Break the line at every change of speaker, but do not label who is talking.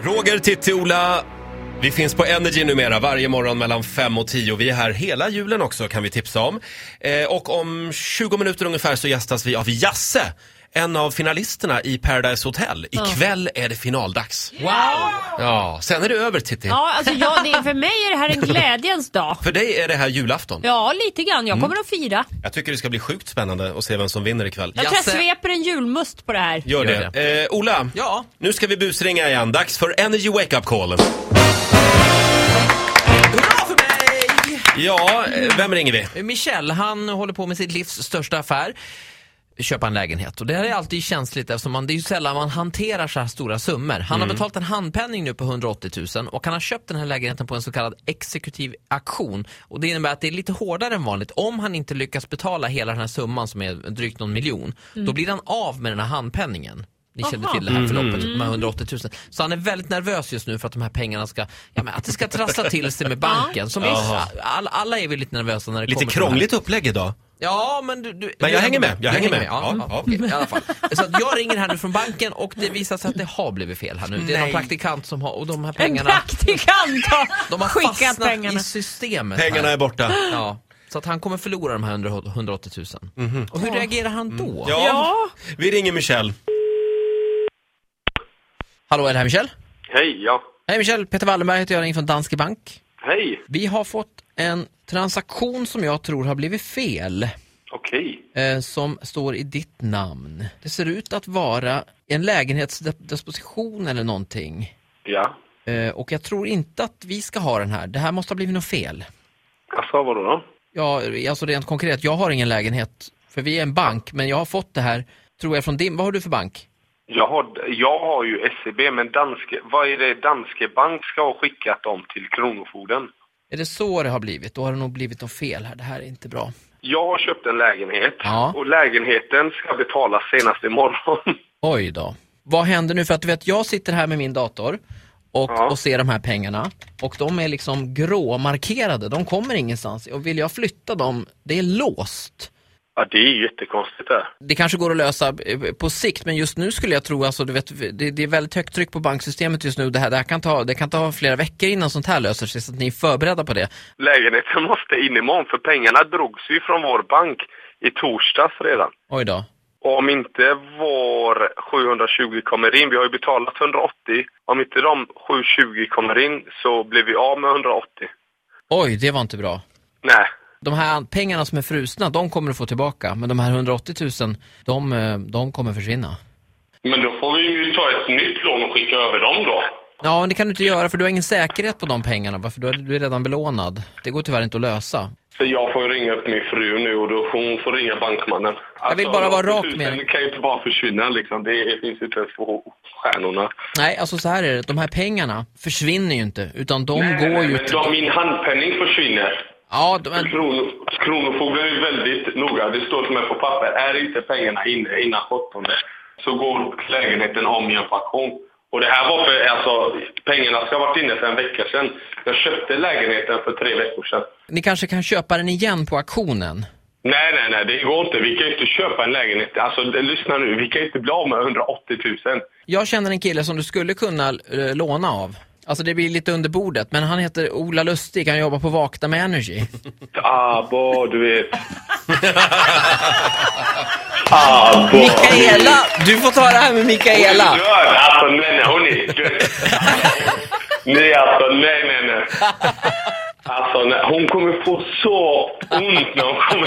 Roger, Titti, Ola. Vi finns på Energy numera varje morgon mellan 5 och 10. Vi är här hela julen också kan vi tipsa om. Eh, och om 20 minuter ungefär så gästas vi av Jasse, en av finalisterna i Paradise Hotel. Ikväll är det finaldags.
Wow!
Ja, sen är det över Titti.
Ja, alltså jag, det, för mig är det här en glädjens dag.
För dig är det här julafton.
Ja, lite grann. Jag kommer att fira.
Jag tycker det ska bli sjukt spännande att se vem som vinner ikväll.
Jag tror jag sveper en julmust på det här.
Gör det.
Gör
Eh, Ola,
Ja.
nu ska vi busringa igen. Dags för Energy Wake Up Callen.
Hurra för mig!
Ja, eh, vem ringer vi?
Michel, han håller på med sitt livs största affär. Köpa en lägenhet. Och det här är alltid känsligt eftersom man, det är ju sällan man hanterar så här stora summor. Han har betalat en handpenning nu på 180 000 och han har köpt den här lägenheten på en så kallad exekutiv auktion. Och det innebär att det är lite hårdare än vanligt. Om han inte lyckas betala hela den här summan som är drygt någon miljon, då blir han av med den här handpenningen. Ni känner
Aha.
till det här förloppet, de här 180 000. Så han är väldigt nervös just nu för att de här pengarna ska, ja, men att det ska trassla till sig med banken. Som vi,
Jaha.
all, alla är vi lite nervösa när det
Lite
kommer till det här.
krångligt upplägg idag.
Ja, men du, du,
Men jag
du-
hänger med, jag
du
hänger med.
Ja,
Ja,
ja,
ja.
okej, i alla fall. Så att jag ringer här nu från banken och det visar sig att det har blivit fel här nu. Det är någon
Nej.
praktikant som har, och de här
En
pengarna,
praktikant har
de har
skickat
fastnat
pengarna.
i systemet.
Pengarna
här.
är borta.
Ja, så att han kommer förlora de här 100 180 000. Och hur reagerar han då?
Mhm. Mm. Ja.
Ja.
Vi ringer Michelle.
Hallå, är det här Michel?
Hej, ja.
Hej Michel, Peter Wallenberg heter jag, ringer från Danske Bank.
Hej.
Vi har fått en transaktion som jag tror har blivit fel.
Okej.
eh, som står i ditt namn. Det ser ut att vara en lägenhetsdisposition eller någonting.
Ja.
Eh, och jag tror inte att vi ska ha den här. Det här måste ha blivit något fel.
Jaså, vadå då?
Ja, alltså rent konkret, jag har ingen lägenhet. För vi är en bank, men jag har fått det här, tror jag, från din... Vad har du för bank?
Jag har, jag har ju SEB, men Danske, vad är det Danske Bank ska ha skickat dem till Kronofogden?
Är det så det har blivit? Då har det nog blivit något fel här. Det här är inte bra.
Jag har köpt en lägenhet
Ja.
och lägenheten ska betalas senast imorgon.
Oj då. Vad händer nu? För att du vet, jag sitter här med min dator och,
Ja.
och ser de här pengarna och de är liksom gråmarkerade. De kommer ingenstans. Och vill jag flytta dem, det är låst.
Ja, det är jättekonstigt det.
Det kanske går att lösa eh, på sikt, men just nu skulle jag tro, alltså, du vet, det, det är väldigt högt tryck på banksystemet just nu. Det här, det här kan, ta, det kan ta flera veckor innan sånt här löser sig, så att ni är förberedda på det.
Lägenheten måste in imorgon, för pengarna drogs ju från vår bank i torsdags redan.
Oj då.
Och om inte vår 720 kommer in, vi har ju betalat 180, om inte de 720 kommer in så blir vi av med 180.
Oj, det var inte bra.
Nej.
De här pengarna som är frusna, de kommer du få tillbaka, men de här 180 000, de, eh, de kommer försvinna.
Men då får vi ju ta ett nytt lån och skicka över dem då.
Ja, men det kan du inte göra för du har ingen säkerhet på de pengarna. va? För du är, du är redan belånad. Det går tyvärr inte att lösa.
Så jag får ringa upp min fru nu och då hon får ringa bankmannen.
Jag vill bara vara rak med dig.
Det kan ju inte bara försvinna liksom. Det finns ju inte ens på stjärnorna.
Nej, alltså så här är det. De här pengarna försvinner ju inte. Utan de går ju
men
till...
då min handpenning försvinner.
Ja, de, men,
Kron, kronofogden är väldigt noga. Det står till och med på papper. Är inte pengarna inne innan 17 så går lägenheten om i en auktion. Och det här var för, alltså, pengarna ska ha varit inne för en vecka sedan. Jag köpte lägenheten för tre veckor sedan.
ni kanske kan köpa den igen på auktionen.
Nej, nej, nej, det går inte. Vi kan ju inte köpa en lägenhet. Alltså, lyssna nu. Vi kan ju inte bli av med 180 000.
Jag känner en kille som du skulle kunna eh, låna av. Alltså det blir lite under bordet, men han heter Ola Lustig, han jobbar på Vakna med Energy.
Abba, Ah, du vet. Abba.
Mikaela! Du får ta det här med Mikaela!
Död! Alltså, nej, nej, hon är död. Nej, alltså, nej, nej, nej. Alltså, nej. hon kommer få så ont när hon kommer...